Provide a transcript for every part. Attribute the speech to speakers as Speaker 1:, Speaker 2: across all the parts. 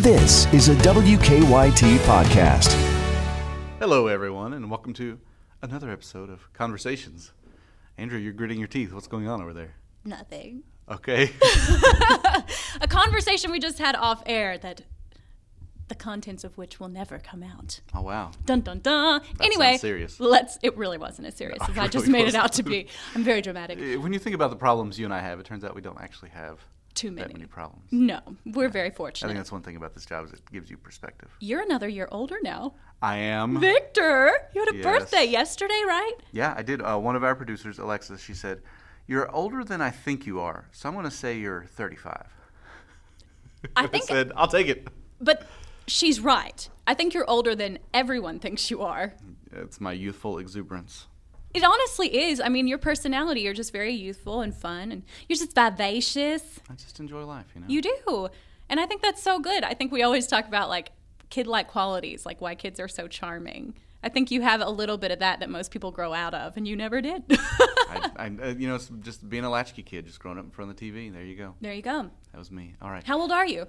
Speaker 1: This is a WKYT podcast.
Speaker 2: Hello, everyone, and welcome to another episode of Conversations. Andrew, you're gritting your teeth. What's going on over there?
Speaker 3: Nothing.
Speaker 2: Okay.
Speaker 3: A conversation we just had off air that the contents of which will never come out.
Speaker 2: Oh, wow.
Speaker 3: Dun dun dun. anyway,
Speaker 2: sounds serious.
Speaker 3: let's. It really wasn't as serious
Speaker 2: No,
Speaker 3: as
Speaker 2: it
Speaker 3: I just
Speaker 2: really
Speaker 3: made it
Speaker 2: wasn't.
Speaker 3: out to be. I'm very dramatic.
Speaker 2: Eh, When you think about the problems you and I have, it turns out we don't actually have
Speaker 3: Too
Speaker 2: that
Speaker 3: many. Mm-hmm.
Speaker 2: many problems.
Speaker 3: No, we're
Speaker 2: I
Speaker 3: very
Speaker 2: think
Speaker 3: fortunate.
Speaker 2: that's one thing about this job is it gives you perspective.
Speaker 3: You're another year older now.
Speaker 2: I am.
Speaker 3: Victor, you had a
Speaker 2: Yes.
Speaker 3: birthday yesterday, right?
Speaker 2: Yeah, I did. Uh, one of our producers, Alexis, she said, "You're older than I think you are, so I'm going to say you're 35."
Speaker 3: I think,
Speaker 2: said, "I'll take it."
Speaker 3: but she's right. I think you're older than everyone thinks you are.
Speaker 2: It's my youthful exuberance.
Speaker 3: It honestly is. I mean, your personality, you're just very youthful and fun, and you're just vivacious.
Speaker 2: I just enjoy life, you know.
Speaker 3: You do. And I think that's so good. I think we always talk about like kid like qualities, like why kids are so charming. I think you have a little bit of that that most people grow out of, and you never did.
Speaker 2: I, I, uh, you know, it's just being a latchkey kid, just growing up in front of the TV. There you go.
Speaker 3: there you go.
Speaker 2: That was me. All right,
Speaker 3: How old are you?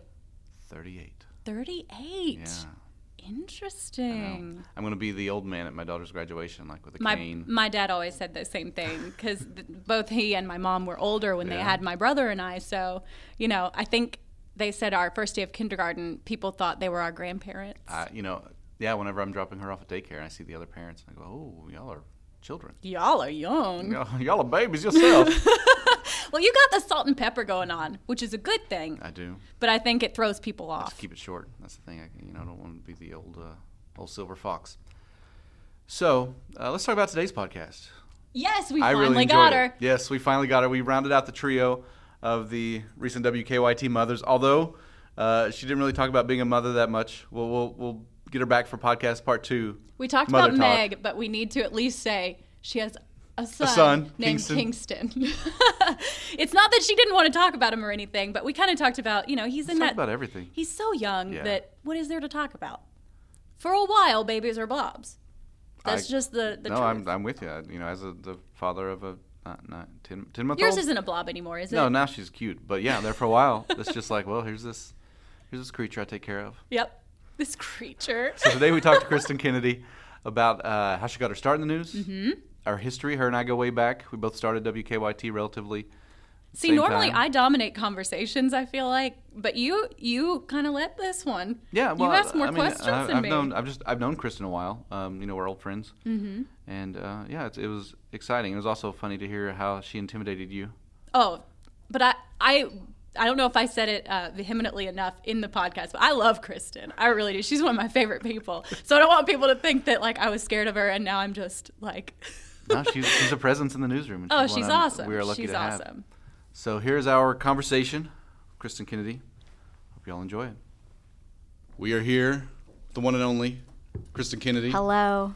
Speaker 2: 38.
Speaker 3: 38.
Speaker 2: Yeah.
Speaker 3: Interesting.
Speaker 2: I'm going to be the old man at my daughter's graduation, like with a
Speaker 3: My,
Speaker 2: cane.
Speaker 3: my dad always said the same thing because both he and my mom were older when they
Speaker 2: Yeah.
Speaker 3: had my brother and I. So, you know, I think they said our first day of kindergarten, people thought they were our grandparents.
Speaker 2: I, you know, yeah. Whenever I'm dropping her off at daycare, and I see the other parents, and I go, "Oh, y'all are children.
Speaker 3: Y'all are young.
Speaker 2: Y'all, y'all are babies yourself."
Speaker 3: Well, you got the salt and pepper going on, which is a good thing,
Speaker 2: I do.
Speaker 3: but I think it throws people
Speaker 2: Just
Speaker 3: off.
Speaker 2: keep it short. That's the thing. I, you know, I don't want to be the old, uh, old silver fox. So uh, let's talk about today's podcast.
Speaker 3: Yes, we
Speaker 2: I
Speaker 3: finally
Speaker 2: really enjoyed
Speaker 3: got
Speaker 2: it.
Speaker 3: her.
Speaker 2: Yes, we finally got her. We rounded out the trio of the recent WKYT mothers. Although uh, she didn't really talk about being a mother that much. We'll we'll, we'll get her back for podcast part two.
Speaker 3: We talked
Speaker 2: Mother
Speaker 3: about
Speaker 2: talk.
Speaker 3: Meg, but we need to at least say she has a son,
Speaker 2: son,
Speaker 3: named
Speaker 2: Kingston.
Speaker 3: Kingston. it's not that she didn't want to talk about him or anything, but we kind of talked about, you know, he's in
Speaker 2: Talk
Speaker 3: that.
Speaker 2: about everything.
Speaker 3: He's so young
Speaker 2: Yeah.
Speaker 3: that what is there to talk about? For a while, babies are blobs. That's
Speaker 2: I-
Speaker 3: just the, the
Speaker 2: no,
Speaker 3: truth.
Speaker 2: I'm I'm with you. I- You know, as a, the father of a not, not ten, 10 month
Speaker 3: Yours
Speaker 2: old.
Speaker 3: isn't a blob anymore, is it?
Speaker 2: no, now she's cute. But yeah, there for a while, it's just like, well, here's this here's this creature I take care of.
Speaker 3: Yep. This creature.
Speaker 2: So today we talked to Kristen Kennedy about uh, how she got her start in the news, mm-hmm. our history. Her and I go way back. We both started WKYT relatively.
Speaker 3: See,
Speaker 2: same
Speaker 3: normally
Speaker 2: time.
Speaker 3: I dominate conversations. I feel like, but you you kind of let this one.
Speaker 2: Yeah, well,
Speaker 3: you asked more
Speaker 2: I mean,
Speaker 3: questions
Speaker 2: I,
Speaker 3: than
Speaker 2: I've
Speaker 3: me.
Speaker 2: known I've just I've known Kristen a while. Um, you know, we're old friends, mm-hmm. and uh, yeah, it, it was exciting. It was also funny to hear how she intimidated you.
Speaker 3: Oh, but I I I don't know if I said it uh, vehemently enough in the podcast, but I love Kristen. I really do. She's one of my favorite people. So I don't want people to think that like I was scared of her, and now I'm just like,
Speaker 2: No, she's, she's a presence in the newsroom. and
Speaker 3: oh,
Speaker 2: one
Speaker 3: she's
Speaker 2: I'm-
Speaker 3: awesome.
Speaker 2: We are lucky
Speaker 3: she's
Speaker 2: to have.
Speaker 3: awesome.
Speaker 2: So here's our conversation, Kristen Kennedy. Hope y'all enjoy it. We are here, the one and only Kristen Kennedy.
Speaker 4: Hello.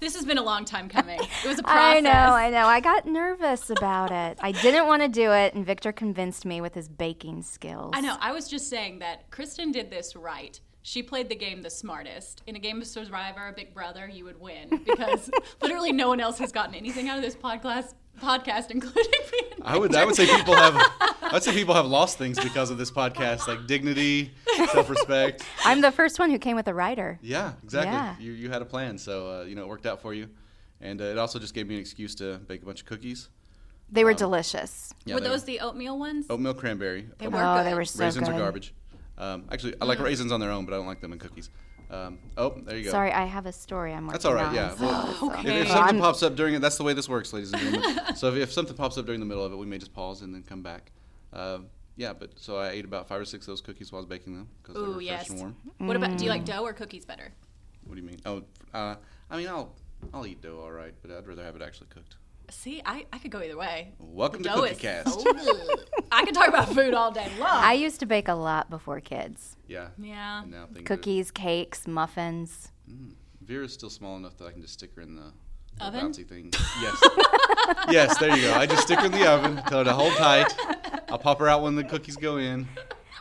Speaker 3: This has been a long time coming. It was a process.
Speaker 4: I know, I know. I got nervous about it. I didn't want to do it, and Victor convinced me with his baking skills.
Speaker 3: I know. I was just saying that Kristen did this right. She played the game the smartest. In a game of Survivor, Big Brother, you would win because literally no one else has gotten anything out of this podcast, podcast including me. and
Speaker 5: I would I would say people have I'd say people have lost things because of this podcast, like dignity, self respect.
Speaker 4: I'm the first one who came with a writer.
Speaker 5: Yeah, exactly.
Speaker 4: Yeah.
Speaker 5: You you had a plan, so uh, you know it worked out for you, and uh, it also just gave me an excuse to bake a bunch of cookies.
Speaker 4: They were delicious.
Speaker 5: Yeah, Oh,
Speaker 3: Were
Speaker 5: they
Speaker 3: those the oatmeal ones?
Speaker 5: oatmeal cranberry?
Speaker 3: They were
Speaker 4: Oh,
Speaker 3: good. Mm.
Speaker 4: they were so
Speaker 5: raisins
Speaker 4: good.
Speaker 5: are garbage. Um, actually, I like raisins on their own, but I don't like them in cookies. Um, oh, there you go.
Speaker 4: Sorry, I have a story I'm working
Speaker 5: That's all right.
Speaker 4: on,
Speaker 3: Oh,
Speaker 5: Yeah.
Speaker 4: so-
Speaker 5: Well, if,
Speaker 3: Okay.
Speaker 5: if
Speaker 4: Well,
Speaker 5: something
Speaker 4: I'm-
Speaker 5: pops up during it, that's the way this works, ladies and gentlemen. so if, if something pops up during the middle of it, we may just pause and then come back. Um yeah, but so I ate about five or six of those cookies while I was baking them because they were
Speaker 3: Ooh,
Speaker 5: fresh
Speaker 3: yes.
Speaker 5: and warm.
Speaker 3: What about? Do you like dough or cookies better?
Speaker 5: What do you mean? Oh, uh, I mean I'll I'll eat dough all right, but I'd rather have it actually cooked.
Speaker 3: See, I, I could go either way.
Speaker 5: Welcome to
Speaker 3: dough
Speaker 5: Cookie
Speaker 3: is
Speaker 5: Cast.
Speaker 3: so good. I could talk about food all day long.
Speaker 4: I used to bake a lot before kids
Speaker 5: Yeah.
Speaker 3: yeah.
Speaker 5: And now things are-
Speaker 4: cookies, cakes, muffins.
Speaker 5: Vera's still small enough that I can just stick her in the the
Speaker 3: Oven?
Speaker 5: bouncy thing. Yes. yes, there you go. I just stick her in the oven, tell her to hold tight. I'll pop her out when the cookies go in.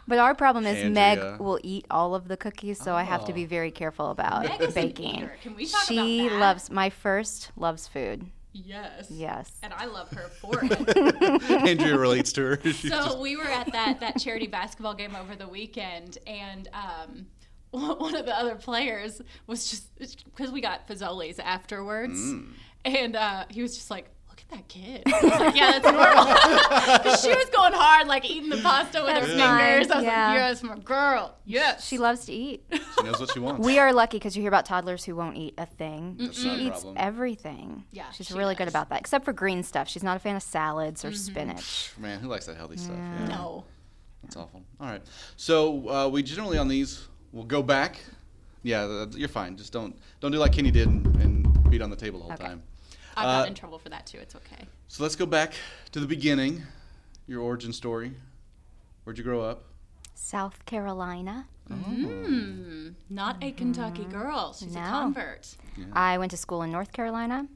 Speaker 4: But our problem
Speaker 5: Andrea.
Speaker 4: is Meg will eat all of the cookies, so I have to
Speaker 5: Oh.
Speaker 4: be very careful about
Speaker 3: Meg is an
Speaker 4: baking.
Speaker 3: eater. Can we talk
Speaker 4: she
Speaker 3: about that?
Speaker 4: loves my first loves food.
Speaker 3: Yes.
Speaker 4: Yes.
Speaker 3: And I love her for it.
Speaker 2: Andrea relates to her. She's
Speaker 3: so we were at that that charity basketball game over the weekend, and um, one one of the other players was just because we got Fazoli's afterwards, and uh, he was just like. "Look at That kid. I was like, yeah, that's normal. 'Cause she was going hard, like eating the pasta with her
Speaker 4: That's
Speaker 3: fingers.
Speaker 4: nice,
Speaker 3: I was
Speaker 4: yeah.
Speaker 3: like, "Yes, my girl. Yes."
Speaker 4: She loves to eat.
Speaker 2: she knows what she wants.
Speaker 4: We are lucky because you hear about toddlers who won't eat a thing. she
Speaker 2: not a
Speaker 4: eats
Speaker 2: problem.
Speaker 4: everything.
Speaker 3: Yeah,
Speaker 4: she's
Speaker 3: she
Speaker 4: really good
Speaker 3: does.
Speaker 4: about that, except for green stuff. She's not a fan of salads or
Speaker 2: Mm-hmm.
Speaker 4: spinach.
Speaker 2: Man, who likes that healthy stuff? Yeah,
Speaker 3: no.
Speaker 2: That's awful. All right. So uh, we generally on these will go back. Yeah, th- you're fine. Just don't don't do like Kenny did and, and beat on the table the whole time.
Speaker 3: I got
Speaker 2: Uh,
Speaker 3: in trouble for that too. It's okay.
Speaker 2: So let's go back to the beginning. Your origin story. Where'd you grow up?
Speaker 4: South Carolina.
Speaker 3: Not a Kentucky girl. She's a
Speaker 4: Mm-hmm. No.
Speaker 3: convert.
Speaker 4: I went to school in North Carolina.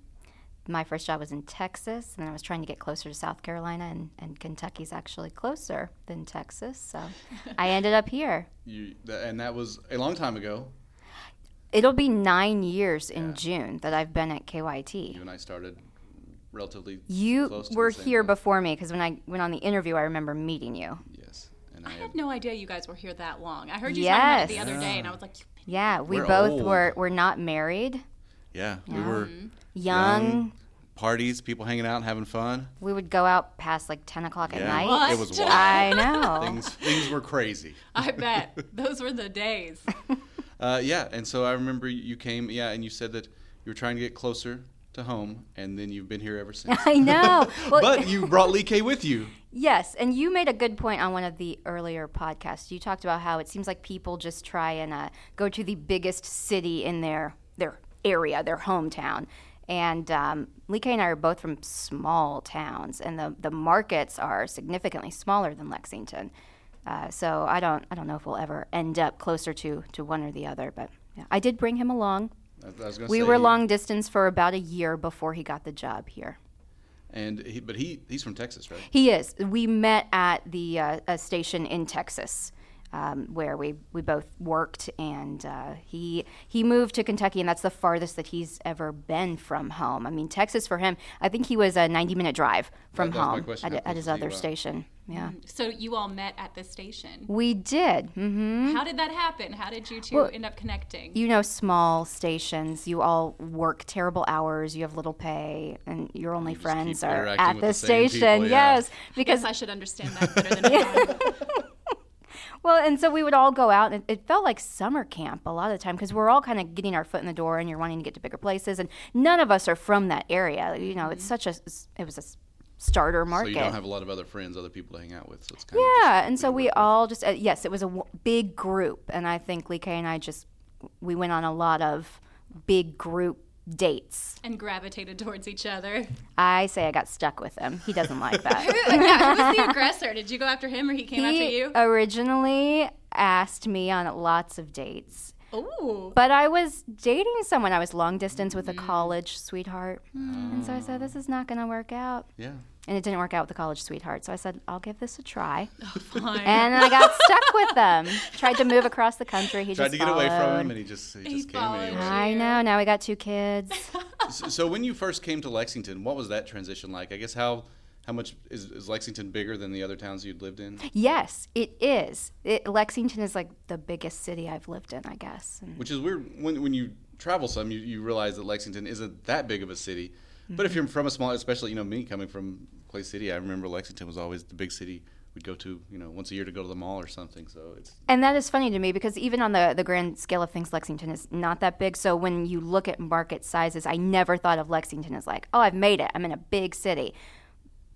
Speaker 4: My first job was in Texas, and then I was trying to get closer to South Carolina, and, and Kentucky's actually closer than Texas. So I ended up here.
Speaker 2: You th- and that was a long time ago.
Speaker 4: It'll be nine years in June that I've been at KYT.
Speaker 2: You and I started relatively.
Speaker 4: You
Speaker 2: close to
Speaker 4: were
Speaker 2: the same
Speaker 4: here
Speaker 2: time.
Speaker 4: before me because when I went on the interview, I remember meeting you.
Speaker 2: Yes. And
Speaker 3: I
Speaker 2: I,
Speaker 3: had
Speaker 2: had,
Speaker 3: no idea you guys were here that long. I heard you talking about it the
Speaker 4: Yes.
Speaker 3: other day, and I was like, "You've been
Speaker 4: Yeah, we
Speaker 2: We're
Speaker 4: both
Speaker 2: old.
Speaker 4: were were not married,
Speaker 2: yeah, we were
Speaker 4: young.
Speaker 2: Young. parties, people hanging out, and having fun.
Speaker 4: We would go out past like ten o'clock at
Speaker 2: Yeah.
Speaker 4: night.
Speaker 3: What?
Speaker 2: It was wild.
Speaker 3: What?
Speaker 4: I know.
Speaker 2: things things were crazy.
Speaker 3: I bet those were the days.
Speaker 2: Uh, yeah, and so I remember you came, yeah, and you said that you were trying to get closer to home, and then you've been here ever since.
Speaker 4: I know. Well,
Speaker 2: but you brought Lee K with you.
Speaker 4: yes, and you made a good point on one of the earlier podcasts. You talked about how it seems like people just try and uh, go to the biggest city in their their area, their hometown. And um, Lee Kay and I are both from small towns, and the, the markets are significantly smaller than Lexington. Uh, so I don't I don't know if we'll ever end up closer to to one or the other, but yeah. I did bring him along.
Speaker 2: I, I was gonna
Speaker 4: We
Speaker 2: say,
Speaker 4: were long distance for about a year before he got the job here.
Speaker 2: and he, but he he's from Texas, right?
Speaker 4: He is. We met at the uh, a station in Texas. Um, where we, we both worked, and uh, he he moved to Kentucky, and that's the farthest that he's ever been from home. I mean, Texas for him, I think he was a ninety minute drive from
Speaker 2: That- that's my
Speaker 4: home
Speaker 2: question.
Speaker 4: at,
Speaker 2: How
Speaker 4: at
Speaker 2: close
Speaker 4: his
Speaker 2: was Mm-hmm. he
Speaker 4: other
Speaker 2: to-
Speaker 4: station. Yeah,
Speaker 3: So you all met at this station.
Speaker 4: we did. hmm
Speaker 3: How did that happen? How did you two end up connecting?
Speaker 4: You know, small stations, you all work terrible hours, you have little pay, and your only friends
Speaker 2: keep
Speaker 4: are
Speaker 2: interacting
Speaker 4: at
Speaker 2: with
Speaker 4: the,
Speaker 2: the same
Speaker 4: station.
Speaker 2: people, yeah.
Speaker 4: Yes, because
Speaker 3: because I should understand that better than I do.
Speaker 4: Well, and so we would all go out, and it, it felt like summer camp a lot of the time because we're all kind of getting our foot in the door, and you're wanting to get to bigger places, and none of us are from that area. You know, it's such a s- it was a s- starter
Speaker 2: Mm-hmm. So
Speaker 4: market.
Speaker 2: you don't have a lot of other friends, other people to hang out with. So it's kind
Speaker 4: yeah,
Speaker 2: of
Speaker 4: and so we all just uh, yes, it was a w- big group, and I think Lee Kay and I just we went on a lot of big group dates.
Speaker 3: and gravitated towards each other.
Speaker 4: I say I got stuck with him. He doesn't like that.
Speaker 3: yeah, who was the aggressor? Did you go after him, or he came after
Speaker 4: he uh,
Speaker 3: you?
Speaker 4: originally asked me on lots of dates.
Speaker 3: Ooh,
Speaker 4: But I was dating someone. I was long distance with a college sweetheart. And so I said, this is not going to work out.
Speaker 2: yeah.
Speaker 4: And it didn't work out with the college sweetheart. So I said, I'll give this a try.
Speaker 3: fine.
Speaker 4: And I got stuck with them. Tried to move across the country. He
Speaker 2: Tried
Speaker 4: just
Speaker 2: to get away from
Speaker 4: followed.
Speaker 2: him, and he just he, just came.
Speaker 3: followed.
Speaker 2: Anyway.
Speaker 4: I know. Now we got two kids.
Speaker 2: so, so when you first came to Lexington, what was that transition like? I guess how how much is, is Lexington bigger than the other towns you'd lived in?
Speaker 4: yes, it is. It, Lexington is like the biggest city I've lived in, I guess. And
Speaker 2: Which is weird when when you travel some, you, you realize that Lexington isn't that big of a city. But if you're from a small, especially you know me coming from Clay City, I remember Lexington was always the big city we'd go to, you know, once a year to go to the mall or something. So it's
Speaker 4: And that is funny to me because even on the, the grand scale of things, Lexington is not that big. So when you look at market sizes, I never thought of Lexington as like, oh, I've made it. I'm in a big city.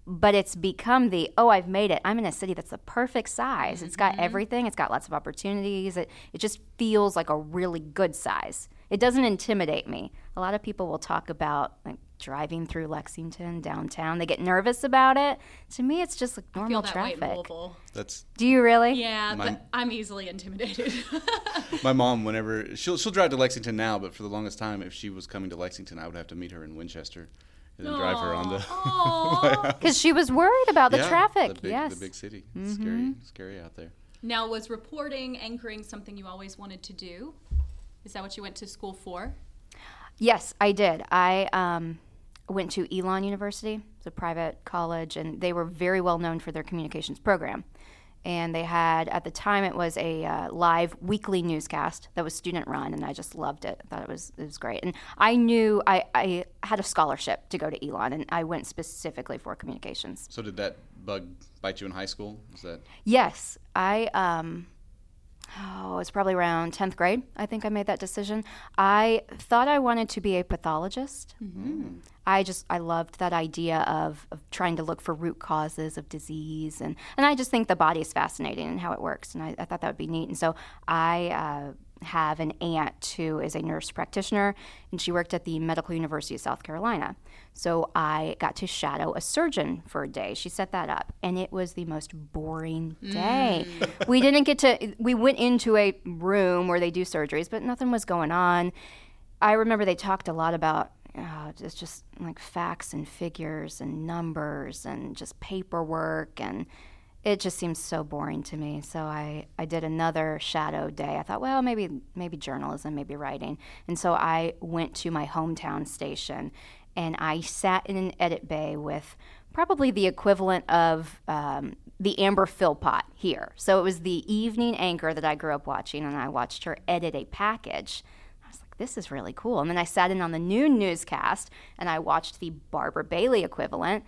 Speaker 4: But it's become the, oh, I've made it. I'm in a city that's the perfect size. It's got
Speaker 3: Mm-hmm.
Speaker 4: everything, it's got lots of opportunities. It, it just feels like a really good size. It doesn't intimidate me. A lot of people will talk about like driving through Lexington downtown, they get nervous about it. To me, it's just like
Speaker 3: I feel
Speaker 4: normal
Speaker 3: that way in
Speaker 4: traffic.
Speaker 3: Louisville.
Speaker 2: that's
Speaker 4: Do you really?
Speaker 3: Yeah,
Speaker 2: My-
Speaker 3: but I'm easily intimidated.
Speaker 2: my mom. Whenever she'll she'll drive to Lexington now, but for the longest time, if she was coming to Lexington, I would have to meet her in Winchester and then drive her on the
Speaker 3: Aw.
Speaker 4: Because she was worried about the
Speaker 2: Yeah,
Speaker 4: traffic.
Speaker 2: the big,
Speaker 4: yes. Mm-hmm.
Speaker 2: the big city. It's scary, scary out there.
Speaker 3: now, was reporting, anchoring something you always wanted to do? Is that what you went to school for?
Speaker 4: Yes, I did. I um, went to Elon University, it's a private college, and they were very well known for their communications program. And they had, at the time, it was a uh, live weekly newscast that was student run, and I just loved it. I thought it was, it was great. And I knew I, I had a scholarship to go to Elon, and I went specifically for communications.
Speaker 2: So did that bug bite you in high school? Is that
Speaker 4: Yes, I um oh, it's probably around 10th grade. I think I made that decision. I thought I wanted to be a pathologist. I just I loved that idea of, of trying to look for root causes of disease and and I just think the body is fascinating and how it works and I, I thought that would be neat and so I uh, have an aunt who is a nurse practitioner and she worked at the Medical University of South Carolina so I got to shadow a surgeon for a day she set that up and it was the most boring day we didn't get to we went into a room where they do surgeries but nothing was going on I remember they talked a lot about uh, it's just like facts and figures and numbers and just paperwork and it just seems so boring to me. So I, I did another shadow day. I thought, well, maybe maybe journalism, maybe writing. And so I went to my hometown station and I sat in an edit bay with probably the equivalent of um, the Amber Philpott here. So it was the evening anchor that I grew up watching, and I watched her edit a package. I was like, this is really cool. And then I sat in on the noon newscast and I watched the Barbara Bailey equivalent.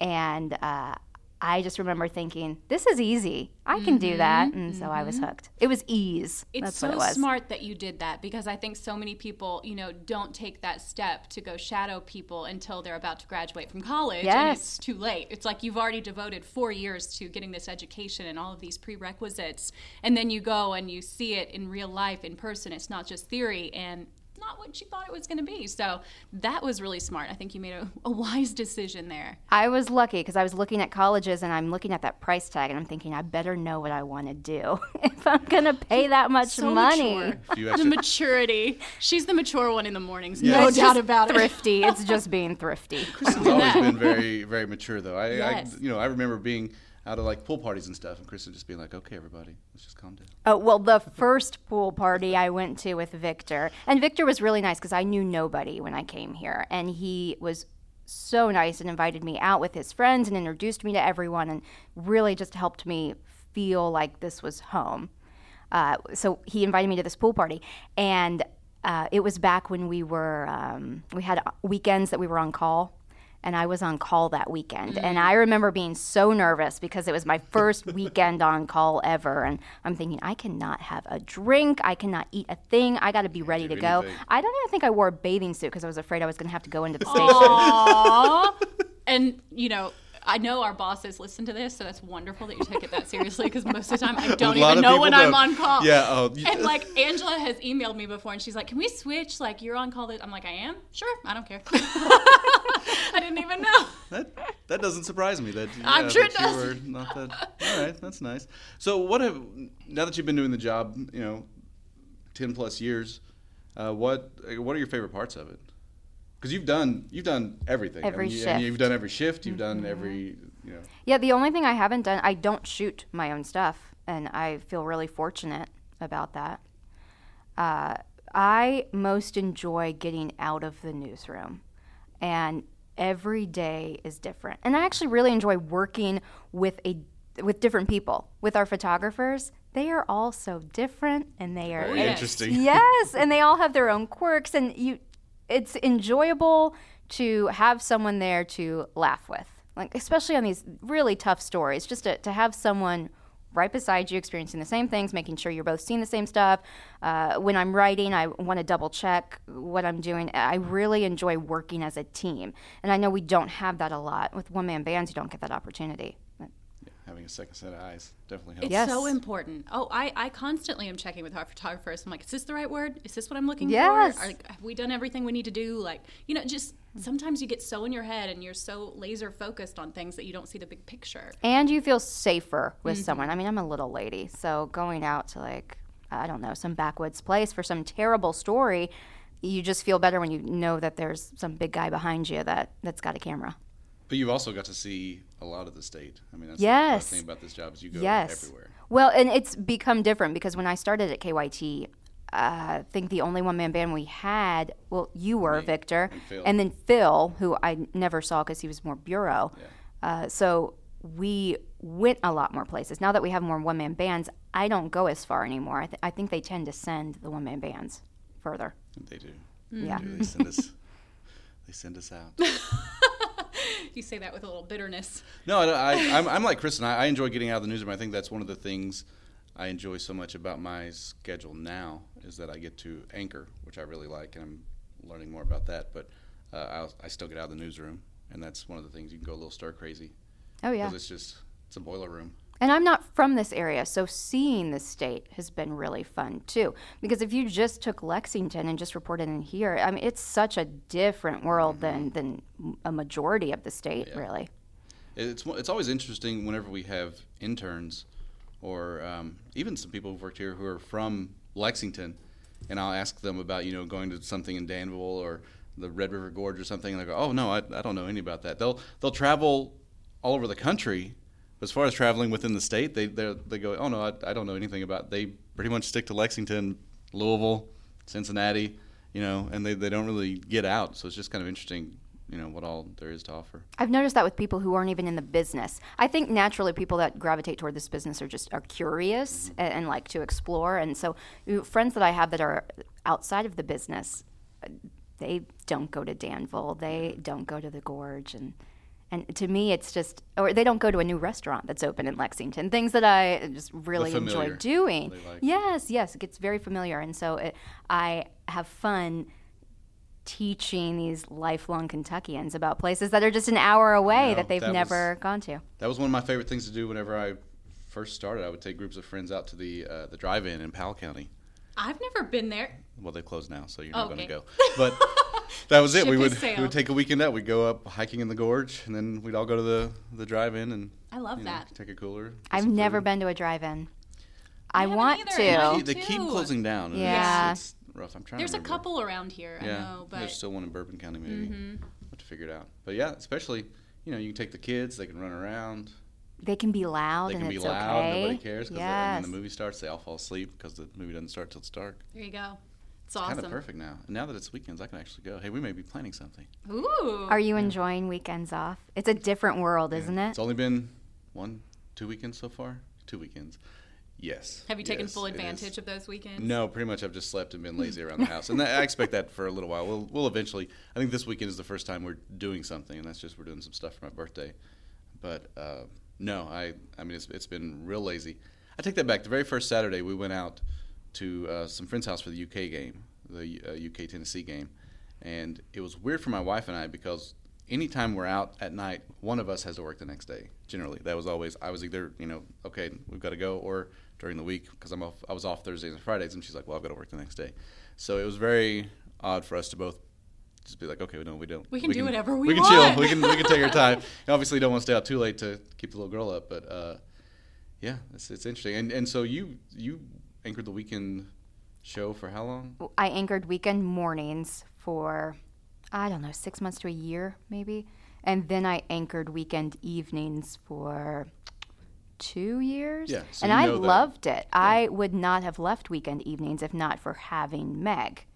Speaker 4: And uh, I just remember thinking, this is easy. I can do that. And so I was hooked. It was ease.
Speaker 3: Mm-hmm, It's
Speaker 4: That's
Speaker 3: so
Speaker 4: what it was.
Speaker 3: smart that you did that because I think so many people, you know, don't take that step to go shadow people until they're about to graduate from college and
Speaker 4: Yes.
Speaker 3: it's too late. It's like you've already devoted 4 years to getting this education and all of these prerequisites and then you go and you see it in real life in person. It's not just theory and not what you thought it was going to be. So that was really smart. I think you made a, a wise decision there.
Speaker 4: I was lucky because I was looking at colleges and I'm looking at that price tag and I'm thinking, I better know what I want to do if I'm going to pay that much
Speaker 3: So
Speaker 4: money.
Speaker 3: mature.
Speaker 2: a few
Speaker 3: The
Speaker 2: extra?
Speaker 3: maturity. She's the mature one in the mornings.
Speaker 4: No
Speaker 3: No
Speaker 4: it's
Speaker 3: doubt
Speaker 4: just
Speaker 3: about it.
Speaker 4: thrifty. It's just being thrifty.
Speaker 2: Kristen's always been very, very mature though. I,
Speaker 3: Yes.
Speaker 2: I, you know, I remember being out of like pool parties and stuff, and Kristen just being like, "Okay, everybody, let's just calm down."
Speaker 4: Oh, well, the first pool party I went to with Victor, and Victor was really nice because I knew nobody when I came here, and he was so nice and invited me out with his friends and introduced me to everyone and really just helped me feel like this was home. Uh, so he invited me to this pool party, and uh, it was back when we were um, we had weekends that we were on call and I was on call that weekend. And
Speaker 2: Mm.
Speaker 4: I remember being so nervous because it was my first weekend on call ever. And I'm thinking, I cannot have a drink. I cannot eat a thing. I got to be ready to
Speaker 2: do
Speaker 4: go.
Speaker 2: anything.
Speaker 4: I don't even think I wore a bathing suit because I was afraid I was going to have to go into the station.
Speaker 2: Oh,
Speaker 3: Aw. and you know, I know our bosses listen to this, so that's wonderful that you take it that seriously because most of the time I don't
Speaker 2: A lot
Speaker 3: even
Speaker 2: of
Speaker 3: know
Speaker 2: people
Speaker 3: when I'm
Speaker 2: don't.
Speaker 3: on call.
Speaker 2: Yeah. Oh, you-
Speaker 3: And like Angela has emailed me before, and she's like, "Can we switch? Like you're on call." This. I'm like, "I am. Sure. I don't care. I didn't even know."
Speaker 2: that that doesn't surprise me. That
Speaker 3: I'm
Speaker 2: yeah,
Speaker 3: sure it
Speaker 2: that you
Speaker 3: doesn't.
Speaker 2: were Not that. All right, that's nice. So what have now that you've been doing the job, you know, ten plus years, uh, what what are your favorite parts of it? Because you've done you've done everything.
Speaker 4: Every
Speaker 2: I mean, you- I mean,
Speaker 4: shift.
Speaker 2: you've done every shift. You've done every you know.
Speaker 4: Yeah, the only thing I haven't done, I don't shoot my own stuff, and I feel really fortunate about that. Uh, I most enjoy getting out of the newsroom, and every day is different. And I actually really enjoy working with a with different people, with our photographers. They are all so different, and they are
Speaker 2: Very
Speaker 3: yes.
Speaker 2: interesting.
Speaker 4: yes, and they all have their own quirks, and you, it's enjoyable to have someone there to laugh with, like especially on these really tough stories. Just to, to have someone right beside you experiencing the same things, making sure you're both seeing the same stuff. Uh, when I'm writing, I want to double check what I'm doing. I really enjoy working as a team, and I know we don't have that a lot with one man bands. You don't get that opportunity. But
Speaker 2: Having a second set of eyes definitely helps.
Speaker 3: It's
Speaker 4: Yes.
Speaker 3: so important. Oh, I, I constantly am checking with our photographers. I'm like, is this the right word? Is this what I'm looking
Speaker 4: Yes.
Speaker 3: for? Are, like, have we done everything we need to do? Like, you know, just sometimes you get so in your head and you're so laser focused on things that you don't see the big picture.
Speaker 4: and you feel safer with someone. I mean, I'm a little lady, so going out to like I don't know some backwoods place for some terrible story, you just feel better when you know that there's some big guy behind you that that's got a camera.
Speaker 2: But you've also got to see a lot of the state. I mean, that's the
Speaker 4: Yes.
Speaker 2: best thing about this job is you go
Speaker 4: yes.
Speaker 2: everywhere.
Speaker 4: Well, and it's become different because when I started at KYT, uh, think the only one man band we had, well, you were Victor,
Speaker 2: and Phil.
Speaker 4: then Phil, who I never saw because he was more bureau. Uh, so we went a lot more places. Now that we have more one man bands, I don't go as far anymore. I, th- I think they tend to send the one man bands further.
Speaker 2: They do.
Speaker 4: Yeah.
Speaker 2: They, do. they send us. They send us out.
Speaker 3: You say that with a little bitterness.
Speaker 2: No, I, I, I'm, I'm like Kristen. I, I enjoy getting out of the newsroom. I think that's one of the things I enjoy so much about my schedule now is that I get to anchor, which I really like, and I'm learning more about that. But uh, I'll, I still get out of the newsroom, and that's one of the things you can go a little stir crazy
Speaker 4: Oh, yeah.
Speaker 2: because it's just it's a boiler room.
Speaker 4: And I'm not from this area, so seeing the state has been really fun too. Because if you just took Lexington and just reported in here, I mean, it's such a different world than than a majority of the state, really.
Speaker 2: It's it's always interesting whenever we have interns or um, even some people who've worked here who are from Lexington, and I'll ask them about you know going to something in Danville or the Red River Gorge or something, and they go, "Oh no, I, I don't know any about that." They'll they'll travel all over the country. But As far as traveling within the state, they they're- they go, "Oh no, I, I don't know anything about." They pretty much stick to Lexington, Louisville, Cincinnati, you know, and they, they don't really get out. So it's just kind of interesting, you know, what all there is to offer.
Speaker 4: I've noticed that with people who aren't even in the business. I think naturally people that gravitate toward this business are just are curious
Speaker 2: Mm-hmm.
Speaker 4: and, and like to explore. And so you- friends that I have that are outside of the business, uh, they don't go to Danville, they don't go to the Gorge, and and to me it's just or they don't go to a new restaurant that's open in Lexington. Things that I just really enjoy
Speaker 2: familiar.
Speaker 4: doing.
Speaker 2: They like.
Speaker 4: Yes, yes, it gets very familiar, and so it, I have fun teaching these lifelong Kentuckians about places that are just an hour away
Speaker 2: know,
Speaker 4: that they've
Speaker 2: that was-
Speaker 4: never gone to.
Speaker 2: That was one of my favorite things to do whenever I first started. I would take groups of friends out to the uh, the drive-in in Powell County.
Speaker 3: I've never been there.
Speaker 2: Well, they closed now, so you're not
Speaker 3: Okay.
Speaker 2: going to go. But that was it.
Speaker 3: Ship
Speaker 2: we
Speaker 3: has
Speaker 2: would
Speaker 3: sailed.
Speaker 2: we would take a weekend out. We'd go up hiking in the gorge, and then we'd all go to the the drive-in and
Speaker 3: I love
Speaker 2: you know,
Speaker 3: that.
Speaker 2: take a cooler. get
Speaker 4: I've
Speaker 2: some
Speaker 4: never
Speaker 2: food.
Speaker 4: been to a drive-in. I
Speaker 3: haven't
Speaker 4: want
Speaker 3: either, and I-
Speaker 4: to.
Speaker 2: They- They keep
Speaker 3: too.
Speaker 2: closing down. and
Speaker 4: Yeah.
Speaker 2: it's, it's rough. I'm trying.
Speaker 3: There's
Speaker 2: to
Speaker 3: a
Speaker 2: remember.
Speaker 3: couple around here,
Speaker 2: Yeah,
Speaker 3: I know, but Mm-hmm.
Speaker 2: there's still one in Bourbon County, maybe. I'll have to figure it out. But yeah, especially you know you can take the kids. They can run around.
Speaker 4: They can be loud
Speaker 2: They
Speaker 4: and
Speaker 2: can be
Speaker 4: it's
Speaker 2: loud.
Speaker 4: okay.
Speaker 2: Nobody cares. 'cause they- And
Speaker 4: Yes.
Speaker 2: when the movie starts, they all fall asleep because the movie doesn't start till it's dark.
Speaker 3: there you go. It's
Speaker 2: Kind of
Speaker 3: awesome.
Speaker 2: perfect now. And now that it's weekends, I can actually go. Hey, we may be planning something.
Speaker 3: Ooh.
Speaker 4: Are you enjoying weekends off? It's a different world, isn't it?
Speaker 2: It's only been one, two weekends so far. Two weekends. Yes.
Speaker 3: Have you taken
Speaker 2: Yes,
Speaker 3: full
Speaker 2: it is.
Speaker 3: advantage of those weekends?
Speaker 2: No, pretty much. I've just slept and been lazy around the house, and that, I expect that for a little while. We'll, we'll eventually. I think this weekend is the first time we're doing something, and that's just we're doing some stuff for my birthday. But uh, no, I I mean it's, it's been real lazy. I take that back. The very first Saturday we went out to uh, some friend's house for the UK game, the uh, UK Tennessee game, and it was weird for my wife and I because anytime we're out at night, one of us has to work the next day. Generally, that was always I was either you know okay we've got to go or during the week because I'm off I was off Thursdays and Fridays, and she's like well I've got to work the next day, so it was very odd for us to both just be like okay no we don't
Speaker 3: We can do whatever we
Speaker 2: we can
Speaker 3: want.
Speaker 2: chill we can we can take our time. You obviously don't want to stay out too late to keep the little girl up, but uh, yeah, it's, it's interesting. And and so you you anchored the weekend show for how long?
Speaker 4: I anchored weekend mornings for, I don't know, six months to a year, maybe. And then I anchored weekend evenings for two years.
Speaker 2: Yeah, so
Speaker 4: and
Speaker 2: you
Speaker 4: I
Speaker 2: know that.
Speaker 4: loved it. I would not have left weekend evenings if not for having Meg.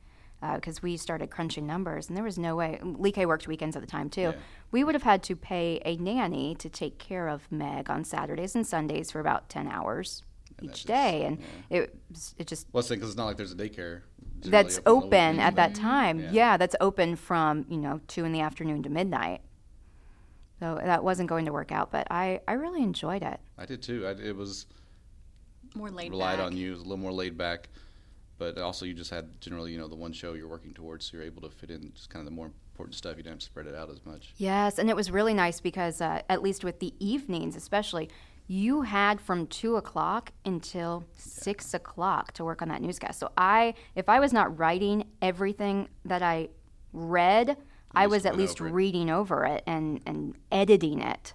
Speaker 4: Because we started crunching numbers, and there was no way. Lee K worked weekends at the time too. We would have had to pay a nanny to take care of Meg on Saturdays and Sundays for about ten hours each day, and it it just
Speaker 2: Well, because it's not like there's a daycare generally
Speaker 4: that's
Speaker 2: on the
Speaker 4: open
Speaker 2: weekends,
Speaker 4: at
Speaker 2: but-
Speaker 4: that time. Yeah. that's open from you know two in the afternoon to midnight. So that wasn't going to work out, but I I really enjoyed it.
Speaker 2: I did too. I, it was
Speaker 3: More laid
Speaker 2: relied
Speaker 3: back.
Speaker 2: on you. It was a little more laid back, but also you just had generally you know the one show you're working towards, so you're able to fit in just kind of the more important stuff. You don't have to spread it out as much.
Speaker 4: Yes, and it was really nice because uh, at least with the evenings, especially, you had from two o'clock until six o'clock to work on that newscast. So I, if I was not writing everything that I read, I
Speaker 2: least you
Speaker 4: was went
Speaker 2: went
Speaker 4: least
Speaker 2: over it.
Speaker 4: reading over it and and editing it.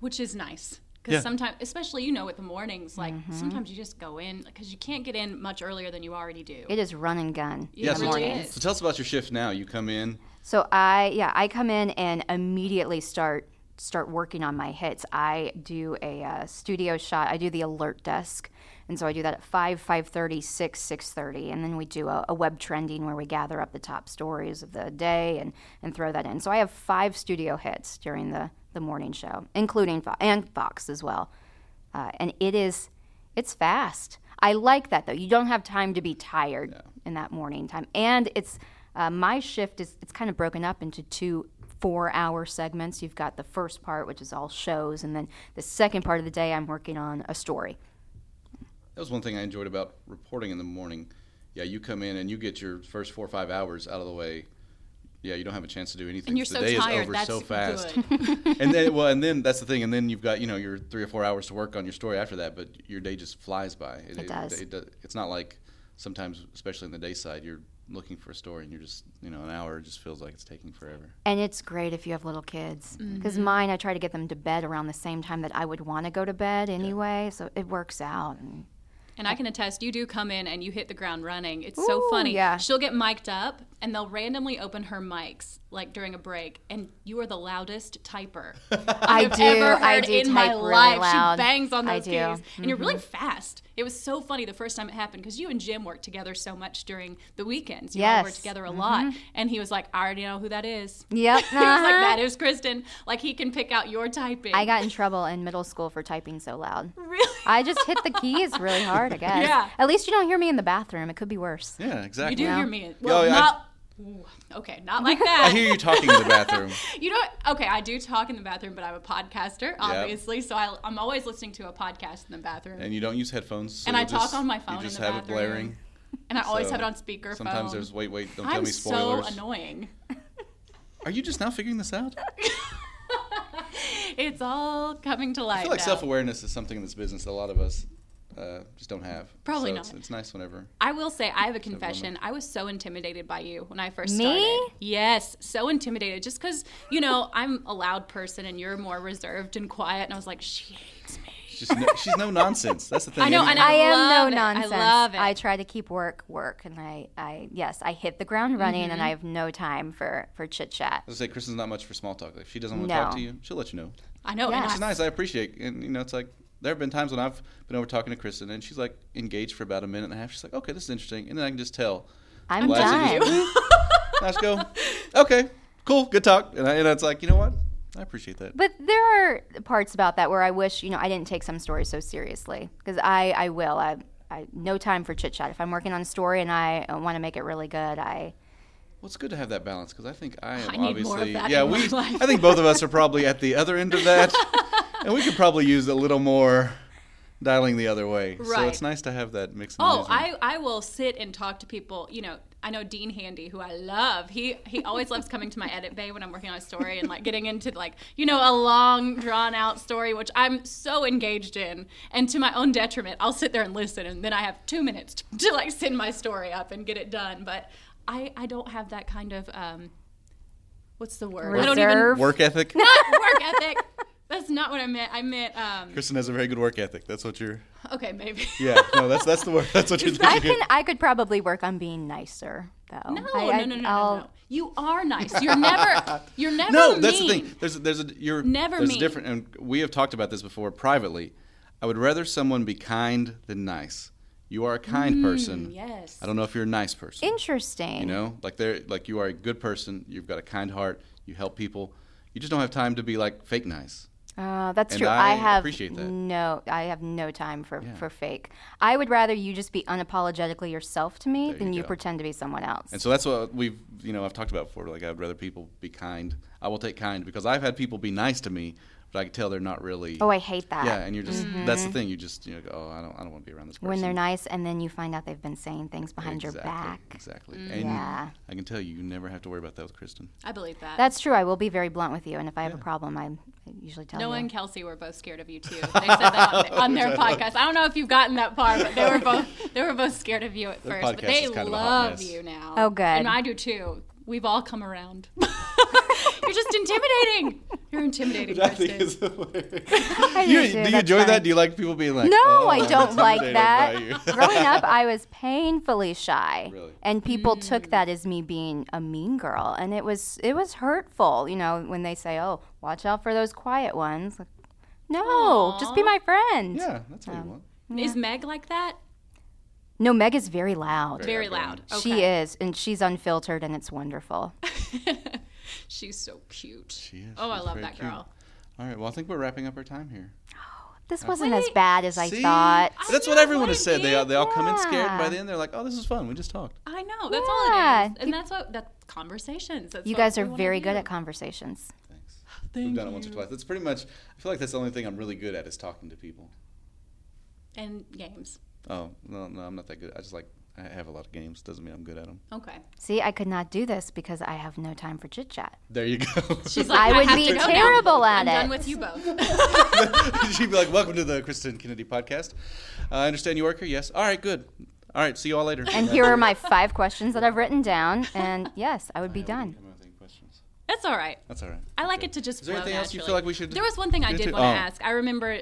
Speaker 3: which is nice because sometimes especially you know with the mornings like
Speaker 4: Mm-hmm.
Speaker 3: sometimes you just go in because you can't get in much earlier than you already do
Speaker 4: It is run and gun.
Speaker 3: Yeah,
Speaker 4: in
Speaker 2: so,
Speaker 3: it
Speaker 4: the
Speaker 3: really
Speaker 4: mornings.
Speaker 3: is.
Speaker 2: so tell us about your shift now. You come in.
Speaker 4: So I yeah, I come in and immediately start start working on my hits. I do a uh, studio shot. I do the alert desk, and so I do that at five, five thirty, six, six thirty, and then we do a, a web trending where we gather up the top stories of the day and and throw that in. So I have five studio hits during the the morning show, including Fo- and Fox as well, uh, and it is it's fast. I like that though. You don't have time to be tired in that morning time, and it's uh, my shift is it's kind of broken up into two four hour segments. You've got the first part, which is all shows, and then the second part of the day, I'm working on a story.
Speaker 2: That was one thing I enjoyed about reporting in the morning. Yeah, you come in and you get your first four or five hours out of the way. Yeah, you don't have a chance to do anything.
Speaker 3: And you're
Speaker 2: the
Speaker 3: so
Speaker 2: day
Speaker 3: tired.
Speaker 2: is over
Speaker 3: That's
Speaker 2: so fast.
Speaker 3: good.
Speaker 2: and then, well, and then that's the thing. And then you've got you know your three or four hours to work on your story after that. But your day just flies by. It,
Speaker 4: does.
Speaker 2: it's not like sometimes, especially in the day side, you're looking for a story and you're just you know an hour just feels like it's taking forever.
Speaker 4: And it's great if you have little kids. Because
Speaker 3: Mm-hmm.
Speaker 4: mine, I try to get them to bed around the same time that I would want to go to bed anyway. So it works out. And
Speaker 3: And I can attest, you do come in and you hit the ground running. It's so
Speaker 4: Ooh,
Speaker 3: funny.
Speaker 4: yeah.
Speaker 3: She'll get mic'd up and they'll randomly open her mics like during a break. And you are the loudest typer
Speaker 4: I
Speaker 3: I've
Speaker 4: do.
Speaker 3: ever heard
Speaker 4: I do
Speaker 3: in
Speaker 4: type
Speaker 3: my
Speaker 4: really
Speaker 3: life.
Speaker 4: loud.
Speaker 3: She bangs on
Speaker 4: I
Speaker 3: those
Speaker 4: do. Mm-hmm.
Speaker 3: keys. And you're really fast. It was so funny the first time it happened because you and Jim worked together so much during the weekends. You all were
Speaker 4: Yes. Mm-hmm.
Speaker 3: together a lot. And he was like, I already know who that is.
Speaker 4: Yep.
Speaker 3: he was like,
Speaker 4: Uh-huh.
Speaker 3: that is Kristen. Like he can pick out your typing.
Speaker 4: I got in trouble in middle school for typing so loud.
Speaker 3: really
Speaker 4: I just hit the keys really hard, I guess.
Speaker 3: Yeah.
Speaker 4: At least you don't hear me in the bathroom. It could be worse.
Speaker 2: Yeah, exactly.
Speaker 3: You do
Speaker 4: Yeah.
Speaker 3: hear me. Well,
Speaker 2: yeah, I-
Speaker 3: not. Ooh, okay, not like that.
Speaker 2: I hear you talking in the bathroom.
Speaker 3: You know, what? okay, I do talk in the bathroom, but I'm a podcaster, obviously. So I, I'm always listening to a podcast in the bathroom, and,
Speaker 2: and you don't use headphones. so
Speaker 3: And I
Speaker 2: you'll
Speaker 3: talk
Speaker 2: just-
Speaker 3: on my phone
Speaker 2: You
Speaker 3: in
Speaker 2: just
Speaker 3: the
Speaker 2: have it
Speaker 3: bathroom.
Speaker 2: blaring.
Speaker 3: I always
Speaker 2: So
Speaker 3: have it on speakerphone.
Speaker 2: Sometimes there's wait, wait, don't tell
Speaker 3: I'm
Speaker 2: me spoilers.
Speaker 3: so annoying.
Speaker 2: Are you just now figuring this out?
Speaker 3: It's all coming to light.
Speaker 2: I feel like
Speaker 3: now.
Speaker 2: self-awareness is something in this business that a lot of us uh, just don't have.
Speaker 3: Probably
Speaker 2: So
Speaker 3: not.
Speaker 2: It's, it's nice whenever.
Speaker 3: I will say I have a confession. I was so intimidated by you when I first
Speaker 4: Me?
Speaker 3: started. Yes, so intimidated. Just because you know I'm a loud person and you're more reserved and quiet, and I was like, she hates me.
Speaker 2: She's just no, she's no nonsense. That's the thing.
Speaker 3: I know,
Speaker 2: Any-
Speaker 3: and
Speaker 4: I am
Speaker 3: love
Speaker 4: no
Speaker 3: it. I
Speaker 4: nonsense.
Speaker 3: love it.
Speaker 4: try to keep work work, and I, I yes, I hit the ground running,
Speaker 3: Mm-hmm.
Speaker 4: and I have no time for for chit chat.
Speaker 2: I was gonna say Kristen's not much for small talk. Like if she doesn't want to
Speaker 4: No.
Speaker 2: talk to you, she'll let you know.
Speaker 3: I know.
Speaker 4: Yes.
Speaker 3: And I
Speaker 2: It's nice. I appreciate. And you know, it's like there have been times when I've been over talking to Kristen, and she's like engaged for about a minute and a half. She's like, okay, this is interesting, and then I can just tell.
Speaker 4: I'm
Speaker 2: Well, I said
Speaker 4: done.
Speaker 2: just- Let's go. Okay, cool, good talk. And, I, and it's like, you know what? I appreciate that.
Speaker 4: But there are parts about that where I wish you know I didn't take some stories so seriously because I I will I, I no time for chit chat. If I'm working on a story and I want to make it really good, I
Speaker 2: Well, it's good to have that balance because I think I am
Speaker 3: I need more of
Speaker 2: obviously.
Speaker 3: that
Speaker 2: yeah,
Speaker 3: in
Speaker 2: we.
Speaker 3: my life.
Speaker 2: I think both of us are probably at the other end of that, and we could probably use a little more dialing the other way. So
Speaker 3: Right.
Speaker 2: it's nice to have that mix. in the
Speaker 3: Oh,
Speaker 2: middle.
Speaker 3: I, I will sit and talk to people. You know, I know Dean Handy, who I love. He he always loves coming to my edit bay when I'm working on a story and like getting into like you know a long drawn out story, which I'm so engaged in. And to my own detriment, I'll sit there and listen, and then I have two minutes to, to like send my story up and get it done. But I I don't have that kind of um, what's the word? I don't even
Speaker 4: reserve.
Speaker 2: work ethic.
Speaker 3: not work ethic. That's not what I meant. I meant um,
Speaker 2: Kristen has a very good work ethic. That's what you're.
Speaker 3: okay, maybe.
Speaker 2: Yeah, no, that's that's the word. That's what you're
Speaker 4: I
Speaker 2: thinking.
Speaker 4: can I could probably work on being nicer though.
Speaker 3: No,
Speaker 4: I, I-
Speaker 3: no, no, no, no,
Speaker 4: I'll-
Speaker 3: no. You are nice. You're never. You're never.
Speaker 2: no,
Speaker 3: mean.
Speaker 2: that's the thing. There's a- there's a you're
Speaker 3: Never
Speaker 2: there's
Speaker 3: mean.
Speaker 2: a different and we have talked about this before privately. I would rather someone be kind than nice. You are a kind person.
Speaker 3: Mm, yes.
Speaker 2: I don't know if you're a nice person.
Speaker 4: Interesting.
Speaker 2: You know, like they're like you are a good person. You've got a kind heart. You help people. You just don't have time to be like fake nice.
Speaker 4: Uh, that's
Speaker 2: And
Speaker 4: true.
Speaker 2: I
Speaker 4: I, have
Speaker 2: appreciate that.
Speaker 4: no, I have no time for, for fake. I would rather you just be unapologetically yourself to me than
Speaker 2: you
Speaker 4: you,
Speaker 2: go.
Speaker 4: pretend to be someone else.
Speaker 2: And so that's what we've you know I've talked about before. Like I'd rather people be kind. I will take kind because I've had people be nice to me, but I can tell they're not really.
Speaker 4: oh, I hate that. Mm-hmm.
Speaker 2: Yeah, and you're just that's the thing. You just you know go, oh I don't I don't want to be around this person.
Speaker 4: when they're nice, and then you find out they've been saying things behind
Speaker 2: exactly,
Speaker 4: your back. Mm,
Speaker 2: Exactly. And
Speaker 4: Yeah.
Speaker 2: I can tell you, you never have to worry about that with Kristen.
Speaker 3: I believe that.
Speaker 4: That's true. I will be very blunt with you, and if I have a problem, I I usually tell
Speaker 3: Noah
Speaker 4: you.
Speaker 3: and Kelsey were both scared of you too. They said that on, on their podcast. I don't know if you've gotten that far, but they were both they were both scared of you at
Speaker 2: Their
Speaker 3: first. But
Speaker 2: podcast
Speaker 3: they
Speaker 2: is kind of a hot
Speaker 3: love
Speaker 2: mess.
Speaker 3: you now.
Speaker 4: Oh, good.
Speaker 3: And I do too. We've all come around. You're just intimidating. You're intimidating,
Speaker 6: I think
Speaker 3: Kristen.
Speaker 6: it's hilarious.
Speaker 4: I
Speaker 6: You-
Speaker 4: do,
Speaker 6: do you
Speaker 4: that's
Speaker 6: enjoy
Speaker 4: fine.
Speaker 6: that? Do you like people being like,
Speaker 4: No,
Speaker 6: "Oh,
Speaker 4: I
Speaker 6: I'm
Speaker 4: don't like
Speaker 6: intimidated by you."
Speaker 4: that. Growing up, I was painfully shy,
Speaker 6: Really?
Speaker 4: and people took that as me being a mean girl, and it was it was hurtful. You know, when they say, "Oh, watch out for those quiet ones," Like, no, just be my friend.
Speaker 6: yeah, that's what you want.
Speaker 3: Is Meg like that?
Speaker 4: No, Meg is very loud.
Speaker 3: Very loud. Okay.
Speaker 4: She is, and she's unfiltered, and it's wonderful.
Speaker 3: She's so cute. She
Speaker 6: is.
Speaker 3: Oh, I
Speaker 6: She's
Speaker 3: love
Speaker 6: very
Speaker 3: that
Speaker 6: cute.
Speaker 3: girl.
Speaker 6: All right, well, I think we're wrapping up our time here.
Speaker 4: This wasn't as bad as I thought.
Speaker 6: That's
Speaker 3: know,
Speaker 6: what everyone
Speaker 3: what
Speaker 6: has
Speaker 3: a
Speaker 6: said. They, all- they all come in scared. By
Speaker 4: Yeah.
Speaker 6: the end, they're like, oh, this is fun. We just talked.
Speaker 3: I know. That's all
Speaker 4: Yeah.
Speaker 3: it is. And that's what that's conversations. That's
Speaker 4: You
Speaker 3: what
Speaker 4: guys
Speaker 3: we
Speaker 4: are
Speaker 3: wanna
Speaker 4: very good
Speaker 3: do.
Speaker 4: at conversations.
Speaker 6: Thanks. We've done it once or twice. That's pretty much, I feel like that's the only thing I'm really good at is talking to people.
Speaker 3: and games.
Speaker 6: Oh, no, no, I'm not that good. I just like, I have a lot of games. Doesn't mean I'm good at them.
Speaker 3: Okay.
Speaker 4: See, I could not do this because I have no time for chit chat.
Speaker 6: There you go.
Speaker 3: She's
Speaker 4: I would
Speaker 3: have
Speaker 4: be
Speaker 3: to go now.
Speaker 4: terrible
Speaker 3: I'm
Speaker 4: at
Speaker 3: Done
Speaker 4: it.
Speaker 3: with you both.
Speaker 6: She'd be like, welcome to the Kristen Kennedy podcast. Uh, I understand you work here. Yes. All right, good. All right, see you all later.
Speaker 4: And here are my five questions that I've written down, and yes, I would be
Speaker 6: I don't
Speaker 4: done.
Speaker 6: have any questions.
Speaker 3: That's all right.
Speaker 6: That's all right.
Speaker 3: I like it to just.
Speaker 6: Is there
Speaker 3: flow
Speaker 6: anything else you
Speaker 3: naturally.
Speaker 6: feel like we should
Speaker 3: There was one thing I
Speaker 6: get
Speaker 3: did
Speaker 6: into?
Speaker 3: want to
Speaker 6: Oh.
Speaker 3: ask. I remember,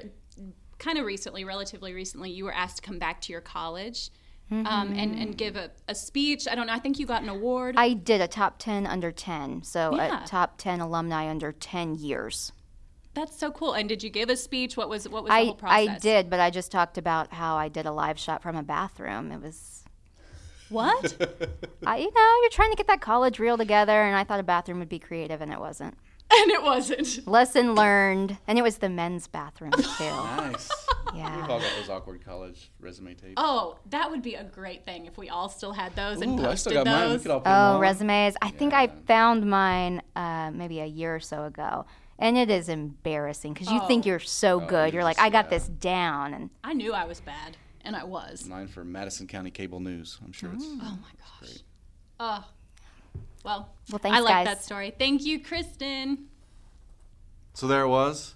Speaker 3: kind of recently, relatively recently, you were asked to come back to your college, um, and and give a, a speech. I don't know. I think you got an award.
Speaker 4: Mm-hmm. I did a top 10 under 10, so
Speaker 3: Yeah.
Speaker 4: a top 10 alumni under 10 years.
Speaker 3: That's so cool. And did you give a speech? What was what was the
Speaker 4: I,
Speaker 3: whole process?
Speaker 4: I did, but I just talked about how I did a live shot from a bathroom. It was,
Speaker 3: What?
Speaker 4: I, you know, you're trying to get that college reel together, and I thought a bathroom would be creative, and it wasn't.
Speaker 3: and it wasn't.
Speaker 4: Lesson learned, and it was the men's bathroom too.
Speaker 6: Nice. We've
Speaker 4: Yeah,
Speaker 6: all got those awkward college resume tapes.
Speaker 3: Oh, that would be a great thing if we all still had those and
Speaker 6: Ooh,
Speaker 3: posted
Speaker 6: I still got
Speaker 3: those.
Speaker 6: mine. We could all put 'em
Speaker 4: Oh,
Speaker 6: on.
Speaker 4: resumes. I think I found mine uh, maybe a year or so ago. And it is embarrassing because you
Speaker 3: Oh.
Speaker 4: think you're so good. You're like, I got this down. And
Speaker 3: I knew I was bad, and I was.
Speaker 6: Mine for Madison County Cable News. I'm sure it's.
Speaker 3: Oh my gosh. Oh. Well,
Speaker 4: Well, thanks,
Speaker 3: I like
Speaker 4: guys.
Speaker 3: that story. Thank you, Kristen.
Speaker 2: So there it was.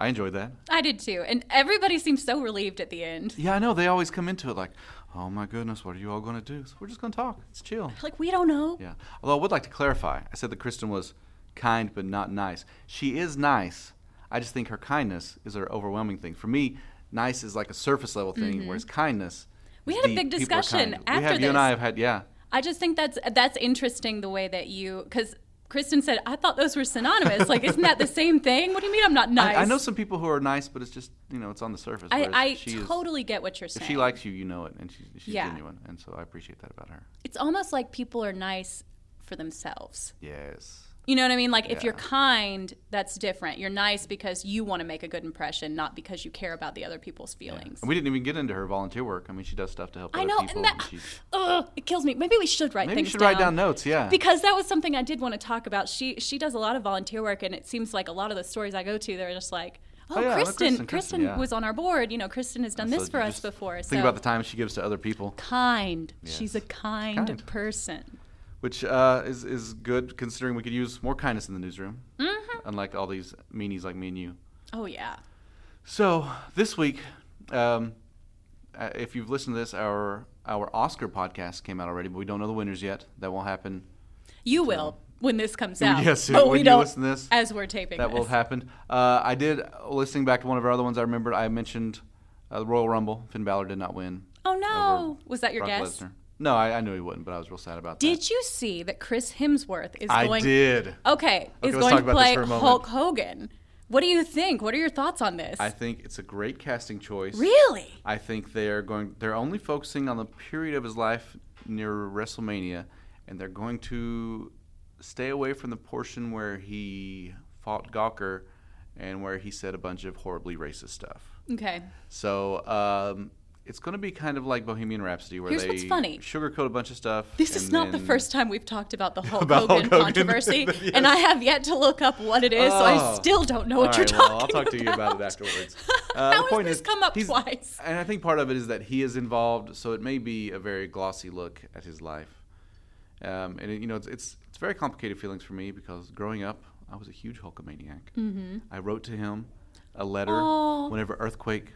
Speaker 2: I enjoyed that.
Speaker 3: I did too. And everybody seems so relieved at the end.
Speaker 2: Yeah, I know. They always come into it like, oh my goodness, what are you all going to do? So we're just going to talk. It's chill.
Speaker 3: Like, we don't know.
Speaker 2: Yeah. Although I would like to clarify, I said that Kristen was kind but not nice. She is nice. I just think her kindness is her overwhelming thing. For me, nice is like a surface level thing, whereas kindness.
Speaker 3: Mm-hmm. We
Speaker 2: is
Speaker 3: had a
Speaker 2: deep.
Speaker 3: big
Speaker 2: People are
Speaker 3: discussion
Speaker 2: kind.
Speaker 3: after
Speaker 2: we have, You and
Speaker 3: this.
Speaker 2: I have had, yeah.
Speaker 3: I just think that's that's interesting the way that you because Kristen said I thought those were synonymous. like, isn't that the same thing? What do you mean I'm not nice?
Speaker 2: I, I know some people who are nice, but it's just you know it's on the surface.
Speaker 3: I,
Speaker 2: whereas
Speaker 3: I
Speaker 2: she is-
Speaker 3: totally get what you're
Speaker 2: if
Speaker 3: saying.
Speaker 2: she likes you, you know it, and she's, she's
Speaker 3: Yeah.
Speaker 2: genuine, and so I appreciate that about her.
Speaker 3: it's almost like people are nice for themselves.
Speaker 2: Yes.
Speaker 3: You know what I mean? Like if you're kind, that's different. You're nice because you want to make a good impression, not because you care about the other people's feelings.
Speaker 2: And we didn't even get into her volunteer work. I mean, she does stuff to help
Speaker 3: I
Speaker 2: other
Speaker 3: know,
Speaker 2: people.
Speaker 3: and that
Speaker 2: she's,
Speaker 3: ugh, it kills me. Maybe we should write
Speaker 2: maybe you
Speaker 3: things
Speaker 2: should write down notes. Yeah.
Speaker 3: because that was something I did want to talk about. She she does a lot of volunteer work, and it seems like a lot of the stories I go to, they're just like, oh,
Speaker 2: yeah,
Speaker 3: Kristen,
Speaker 2: look,
Speaker 3: Kristen,
Speaker 2: Kristen, Kristen, yeah.
Speaker 3: was on our board. You know, Kristen has done
Speaker 2: So
Speaker 3: this for
Speaker 2: you
Speaker 3: us
Speaker 2: just
Speaker 3: before.
Speaker 2: Think
Speaker 3: so
Speaker 2: about the time she gives to other people,
Speaker 3: kind. She's a kind,
Speaker 2: Kind.
Speaker 3: person.
Speaker 2: which uh, is is good considering we could use more kindness in the newsroom. Mm-hmm. Unlike all these meanies like me and you.
Speaker 3: Oh yeah,
Speaker 2: So this week, um, uh, if you've listened to this, our our Oscar podcast came out already, but we don't know the winners yet. That will happen.
Speaker 3: you will when this comes out.
Speaker 2: Yes,
Speaker 3: but
Speaker 2: when
Speaker 3: we
Speaker 2: you
Speaker 3: don't.
Speaker 2: listen to this,
Speaker 3: as we're taping
Speaker 2: That
Speaker 3: this.
Speaker 2: will have happened. Uh, I did listening back to one of our other ones. I remembered I mentioned uh, Royal Rumble. Finn Balor did not win.
Speaker 3: Oh no,
Speaker 2: over
Speaker 3: was that your
Speaker 2: Brock
Speaker 3: guess?
Speaker 2: Lesnar. No, I, I knew he wouldn't, but I was real sad about that.
Speaker 3: Did you see that Chris Hemsworth is
Speaker 2: I
Speaker 3: going?
Speaker 2: did.
Speaker 3: Okay, is
Speaker 2: let's
Speaker 3: going
Speaker 2: talk
Speaker 3: to
Speaker 2: about this
Speaker 3: play
Speaker 2: for a moment.
Speaker 3: Hulk Hogan. What do you think? What are your thoughts on this?
Speaker 2: I think it's a great casting choice.
Speaker 3: really?
Speaker 2: I think they're going. They're only focusing on the period of his life near WrestleMania, and they're going to stay away from the portion where he fought Gawker and where he said a bunch of horribly racist stuff.
Speaker 3: Okay.
Speaker 2: So um, it's going to be kind of like Bohemian Rhapsody, where
Speaker 3: Here's
Speaker 2: they
Speaker 3: what's funny.
Speaker 2: sugarcoat a bunch of stuff.
Speaker 3: This is
Speaker 2: and
Speaker 3: not the
Speaker 2: then-
Speaker 3: first time we've talked about the Hulk
Speaker 2: About
Speaker 3: Hogan
Speaker 2: Hulk Hogan.
Speaker 3: controversy,
Speaker 2: Yes.
Speaker 3: and I have yet to look up what it is, so I
Speaker 2: Oh.
Speaker 3: still don't know
Speaker 2: All
Speaker 3: what you're
Speaker 2: right,
Speaker 3: talking
Speaker 2: well, I'll talk to you about it afterwards. Uh,
Speaker 3: How
Speaker 2: the
Speaker 3: has
Speaker 2: point
Speaker 3: this
Speaker 2: is,
Speaker 3: come up
Speaker 2: he's-
Speaker 3: twice?
Speaker 2: And I think part of it is that he is involved, so it may be a very glossy look at his life. Um, and it, you know, it's, it's it's very complicated feelings for me because growing up, I was a huge Hulkamaniac. Mm-hmm. I wrote to him a letter
Speaker 3: Aw.
Speaker 2: whenever earthquake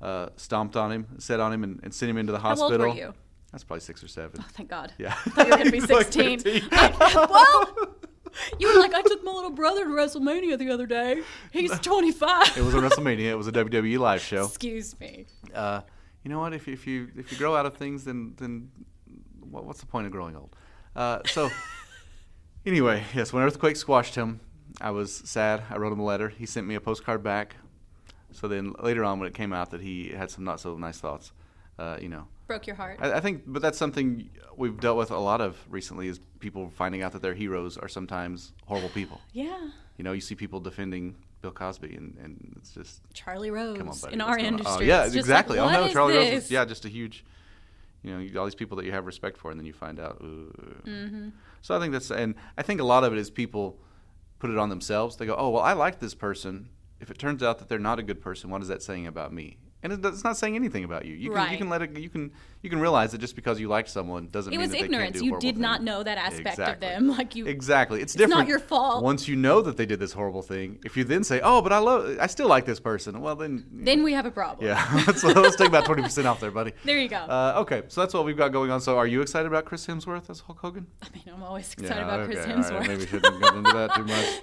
Speaker 2: uh, stomped on him, set on him, and, and sent him into the
Speaker 3: old were
Speaker 2: hospital.
Speaker 3: you?
Speaker 2: That's probably six or seven.
Speaker 3: Thank God.
Speaker 2: Yeah.
Speaker 3: I thought you were going to be
Speaker 2: He's like
Speaker 3: 16.
Speaker 2: 15.
Speaker 3: well, You were like, I took my little brother to WrestleMania the other day. He's 25.
Speaker 2: It was a WrestleMania. It was a WWE live show.
Speaker 3: Excuse me.
Speaker 2: Uh, you know what? If, if you if you grow out of things, then then what, what's the point of growing old? Uh, so anyway, yes. When earthquake squashed him, I was sad. I wrote him a letter. He sent me a postcard back. So then later on, when it came out that he had some not so nice thoughts, uh, you know,
Speaker 3: Broke your heart.
Speaker 2: I, I think, but that's something we've dealt with a lot of recently is people finding out that their heroes are sometimes horrible people.
Speaker 3: yeah.
Speaker 2: You know, you see people defending Bill Cosby, and, and it's just
Speaker 3: Charlie Rose
Speaker 2: come on, buddy,
Speaker 3: in
Speaker 2: what's
Speaker 3: our
Speaker 2: going on?
Speaker 3: industry.
Speaker 2: Oh, yeah,
Speaker 3: It's just
Speaker 2: exactly.
Speaker 3: Like,
Speaker 2: oh no,
Speaker 3: what is
Speaker 2: Charlie Rose.
Speaker 3: this?
Speaker 2: Is, yeah, just a huge. You know, you- all these people that you have respect for, and then you find out. Ooh.
Speaker 3: Mm-hmm.
Speaker 2: So I think that's, and I think a lot of it is people put it on themselves. They go, "Oh well, I like this person. If it turns out that they're not a good person, what is that saying about me?" And it, it's not saying anything about you. You can, you
Speaker 3: Right.
Speaker 2: can let it. You can you can realize that just because you like someone doesn't
Speaker 3: It
Speaker 2: mean
Speaker 3: was
Speaker 2: that they can't
Speaker 3: ignorance.
Speaker 2: do
Speaker 3: You
Speaker 2: horrible
Speaker 3: did not
Speaker 2: things.
Speaker 3: know that aspect of
Speaker 2: Exactly.
Speaker 3: them. Like you.
Speaker 2: Exactly. It's
Speaker 3: It's
Speaker 2: different.
Speaker 3: not your fault.
Speaker 2: Once you know that they did this horrible thing, if you then say, "Oh, but I love, I still like this person," well then,
Speaker 3: Then we have a problem.
Speaker 2: yeah, so let's take about twenty percent off there, buddy.
Speaker 3: There you go.
Speaker 2: Uh, okay, so that's what we've got going on. So, are you excited about Chris Hemsworth as Hulk Hogan?
Speaker 3: I mean, I'm always excited about Chris
Speaker 2: all right,
Speaker 3: Hemsworth.
Speaker 2: maybe shouldn't get into that too much.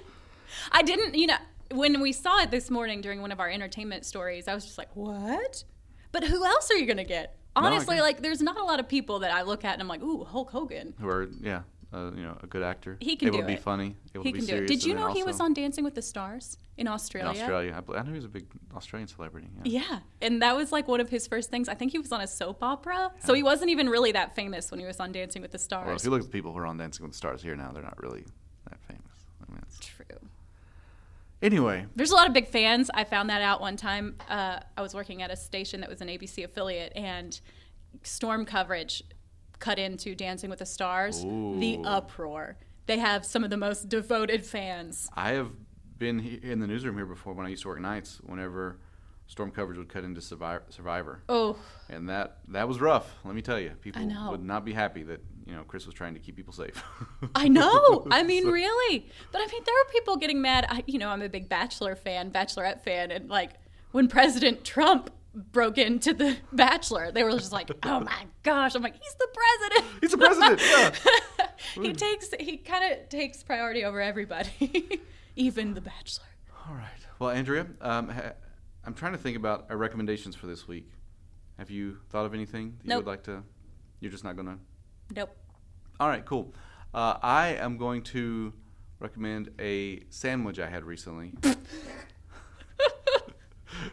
Speaker 3: I didn't, you know, when we saw it this morning during one of our entertainment stories, I was just like, what? But who else are you going to get?
Speaker 2: I
Speaker 3: Honestly,
Speaker 2: agree.
Speaker 3: like, there's not a lot of people that I look at and I'm like, ooh, Hulk Hogan.
Speaker 2: Who are yeah, uh, you know, a good actor.
Speaker 3: He can
Speaker 2: able
Speaker 3: do
Speaker 2: to be
Speaker 3: it.
Speaker 2: funny. Able to
Speaker 3: He
Speaker 2: be
Speaker 3: can do it.
Speaker 2: serious,
Speaker 3: Did you
Speaker 2: and
Speaker 3: know
Speaker 2: then
Speaker 3: he was
Speaker 2: also
Speaker 3: on Dancing with the Stars in
Speaker 2: in
Speaker 3: Australia?
Speaker 2: Australia? I, bel- I know he was a big Australian celebrity. Yeah.
Speaker 3: Yeah, and that was like one of his first things. I think he was on a soap opera, so he wasn't even really that famous when he was on Dancing with the
Speaker 2: Well, if
Speaker 3: Stars.
Speaker 2: you look at the people who are on Dancing with the Stars here now, they're not really that famous. I mean, it's-
Speaker 3: True.
Speaker 2: anyway,
Speaker 3: There's a lot of big fans. I found that out one time. Uh, I was working at a station that was an ABC affiliate, and storm coverage cut into Dancing with the Stars. The uproar. They have some of the most devoted fans.
Speaker 2: I have been he- in the newsroom here before when I used to work nights. Whenever storm coverage would cut into Survivor, Survivor
Speaker 3: Oh,
Speaker 2: and that that was rough. Let me tell you, people
Speaker 3: know.
Speaker 2: would not be happy that you know Chris was trying to keep people safe.
Speaker 3: I know. I mean, really. But I mean, there were people getting mad. I, you know, I'm a big Bachelor fan, Bachelorette fan, and like when President Trump broke into the Bachelor, they were just like, "Oh my gosh!" I'm like, "He's the president."
Speaker 2: He's the president. Yeah. Hmm.
Speaker 3: he takes he kind of takes priority over everybody, even the Bachelor.
Speaker 2: All right. Well, Andrea, um, ha- I'm trying to think about our recommendations for this week. Have you thought of anything that you
Speaker 3: Nope.
Speaker 2: would like to? You're just not going to.
Speaker 3: Nope.
Speaker 2: All right, cool. Uh, I am going to recommend a sandwich I had recently.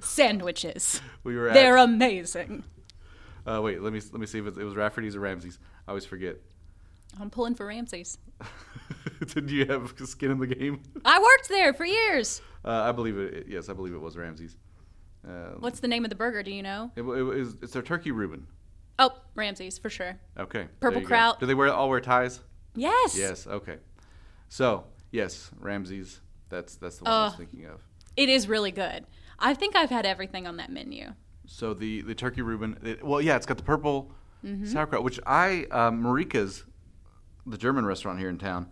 Speaker 3: Sandwiches.
Speaker 2: We were at,
Speaker 3: They're amazing.
Speaker 2: Uh, wait, let me let me see if it, it was Rafferty's or Ramsey's. I always forget.
Speaker 3: I'm pulling for Ramses.
Speaker 2: Did you have skin in the game?
Speaker 3: I worked there for years.
Speaker 2: Uh, I believe it. Yes, I believe it was Ramsey's. Uh,
Speaker 3: What's the name of the burger? Do you know?
Speaker 2: it, wa- it was, it's their turkey Reuben.
Speaker 3: Oh, Ramses for sure.
Speaker 2: Okay. there
Speaker 3: Purple
Speaker 2: you go.
Speaker 3: kraut.
Speaker 2: Do they wear all wear ties?
Speaker 3: Yes.
Speaker 2: Yes. Okay. So yes, Ramsey's. That's that's the one
Speaker 3: Uh,
Speaker 2: I was thinking of.
Speaker 3: It is really good. I think I've had everything on that menu.
Speaker 2: So the the turkey Reuben. It, well, yeah, it's got the purple
Speaker 3: Mm-hmm.
Speaker 2: sauerkraut, which I uh, Marika's, the German restaurant here in town.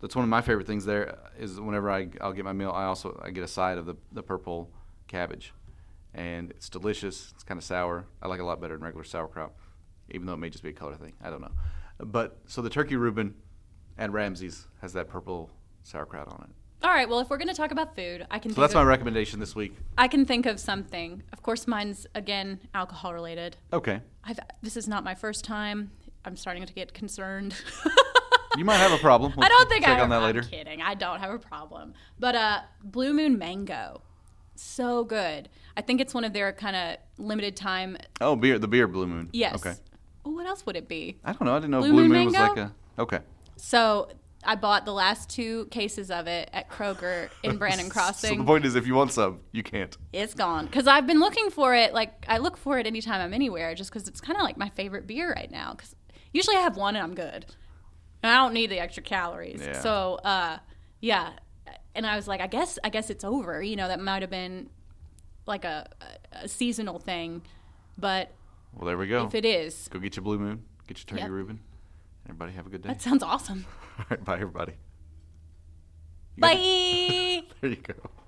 Speaker 2: That's one of my favorite things. There is whenever I I'll get my meal, I also I get a side of the the purple cabbage, and it's delicious. It's kind of sour. I like it a lot better than regular sauerkraut, even though it may just be a color thing. I don't know. But so the turkey Reuben, at Ramsey's has that purple sauerkraut on it.
Speaker 3: All right. Well, if we're going to talk about food, I can.
Speaker 2: So
Speaker 3: think
Speaker 2: that's my
Speaker 3: of,
Speaker 2: recommendation this week.
Speaker 3: I can think of something. Of course, mine's again alcohol related.
Speaker 2: Okay.
Speaker 3: I've, this is not my first time. I'm starting to get concerned.
Speaker 2: You might have a problem.
Speaker 3: I don't think
Speaker 2: check
Speaker 3: I.
Speaker 2: on that
Speaker 3: I'm
Speaker 2: later.
Speaker 3: kidding. I don't have a problem. But uh, Blue Moon Mango, so good. I think it's one of their kind of limited time.
Speaker 2: Oh, beer. The beer Blue Moon.
Speaker 3: Yes.
Speaker 2: Okay.
Speaker 3: Oh, what else would it be?
Speaker 2: I don't know. I didn't know
Speaker 3: Blue
Speaker 2: Blue, Moon,
Speaker 3: Moon
Speaker 2: was like
Speaker 3: Mango?
Speaker 2: a. Okay.
Speaker 3: So I bought the last two cases of it at Kroger in Brandon
Speaker 2: So the
Speaker 3: Crossing.
Speaker 2: point is, if you want some, you can't.
Speaker 3: it's gone because I've been looking for it. Like I look for it anytime I'm anywhere, just because it's kind of like my favorite beer right now. Because usually I have one and I'm good, and I don't need the extra calories.
Speaker 2: Yeah.
Speaker 3: So uh, yeah, and I was like, I guess I guess it's over. You know, that might have been like a, a, a seasonal thing, but
Speaker 2: Well, there we go.
Speaker 3: if it is,
Speaker 2: Go get your Blue Moon. Get your Turkey
Speaker 3: Yep.
Speaker 2: Reuben. Everybody have a good day.
Speaker 3: that sounds awesome.
Speaker 2: All right. Bye, everybody.
Speaker 3: Bye.
Speaker 2: There you go.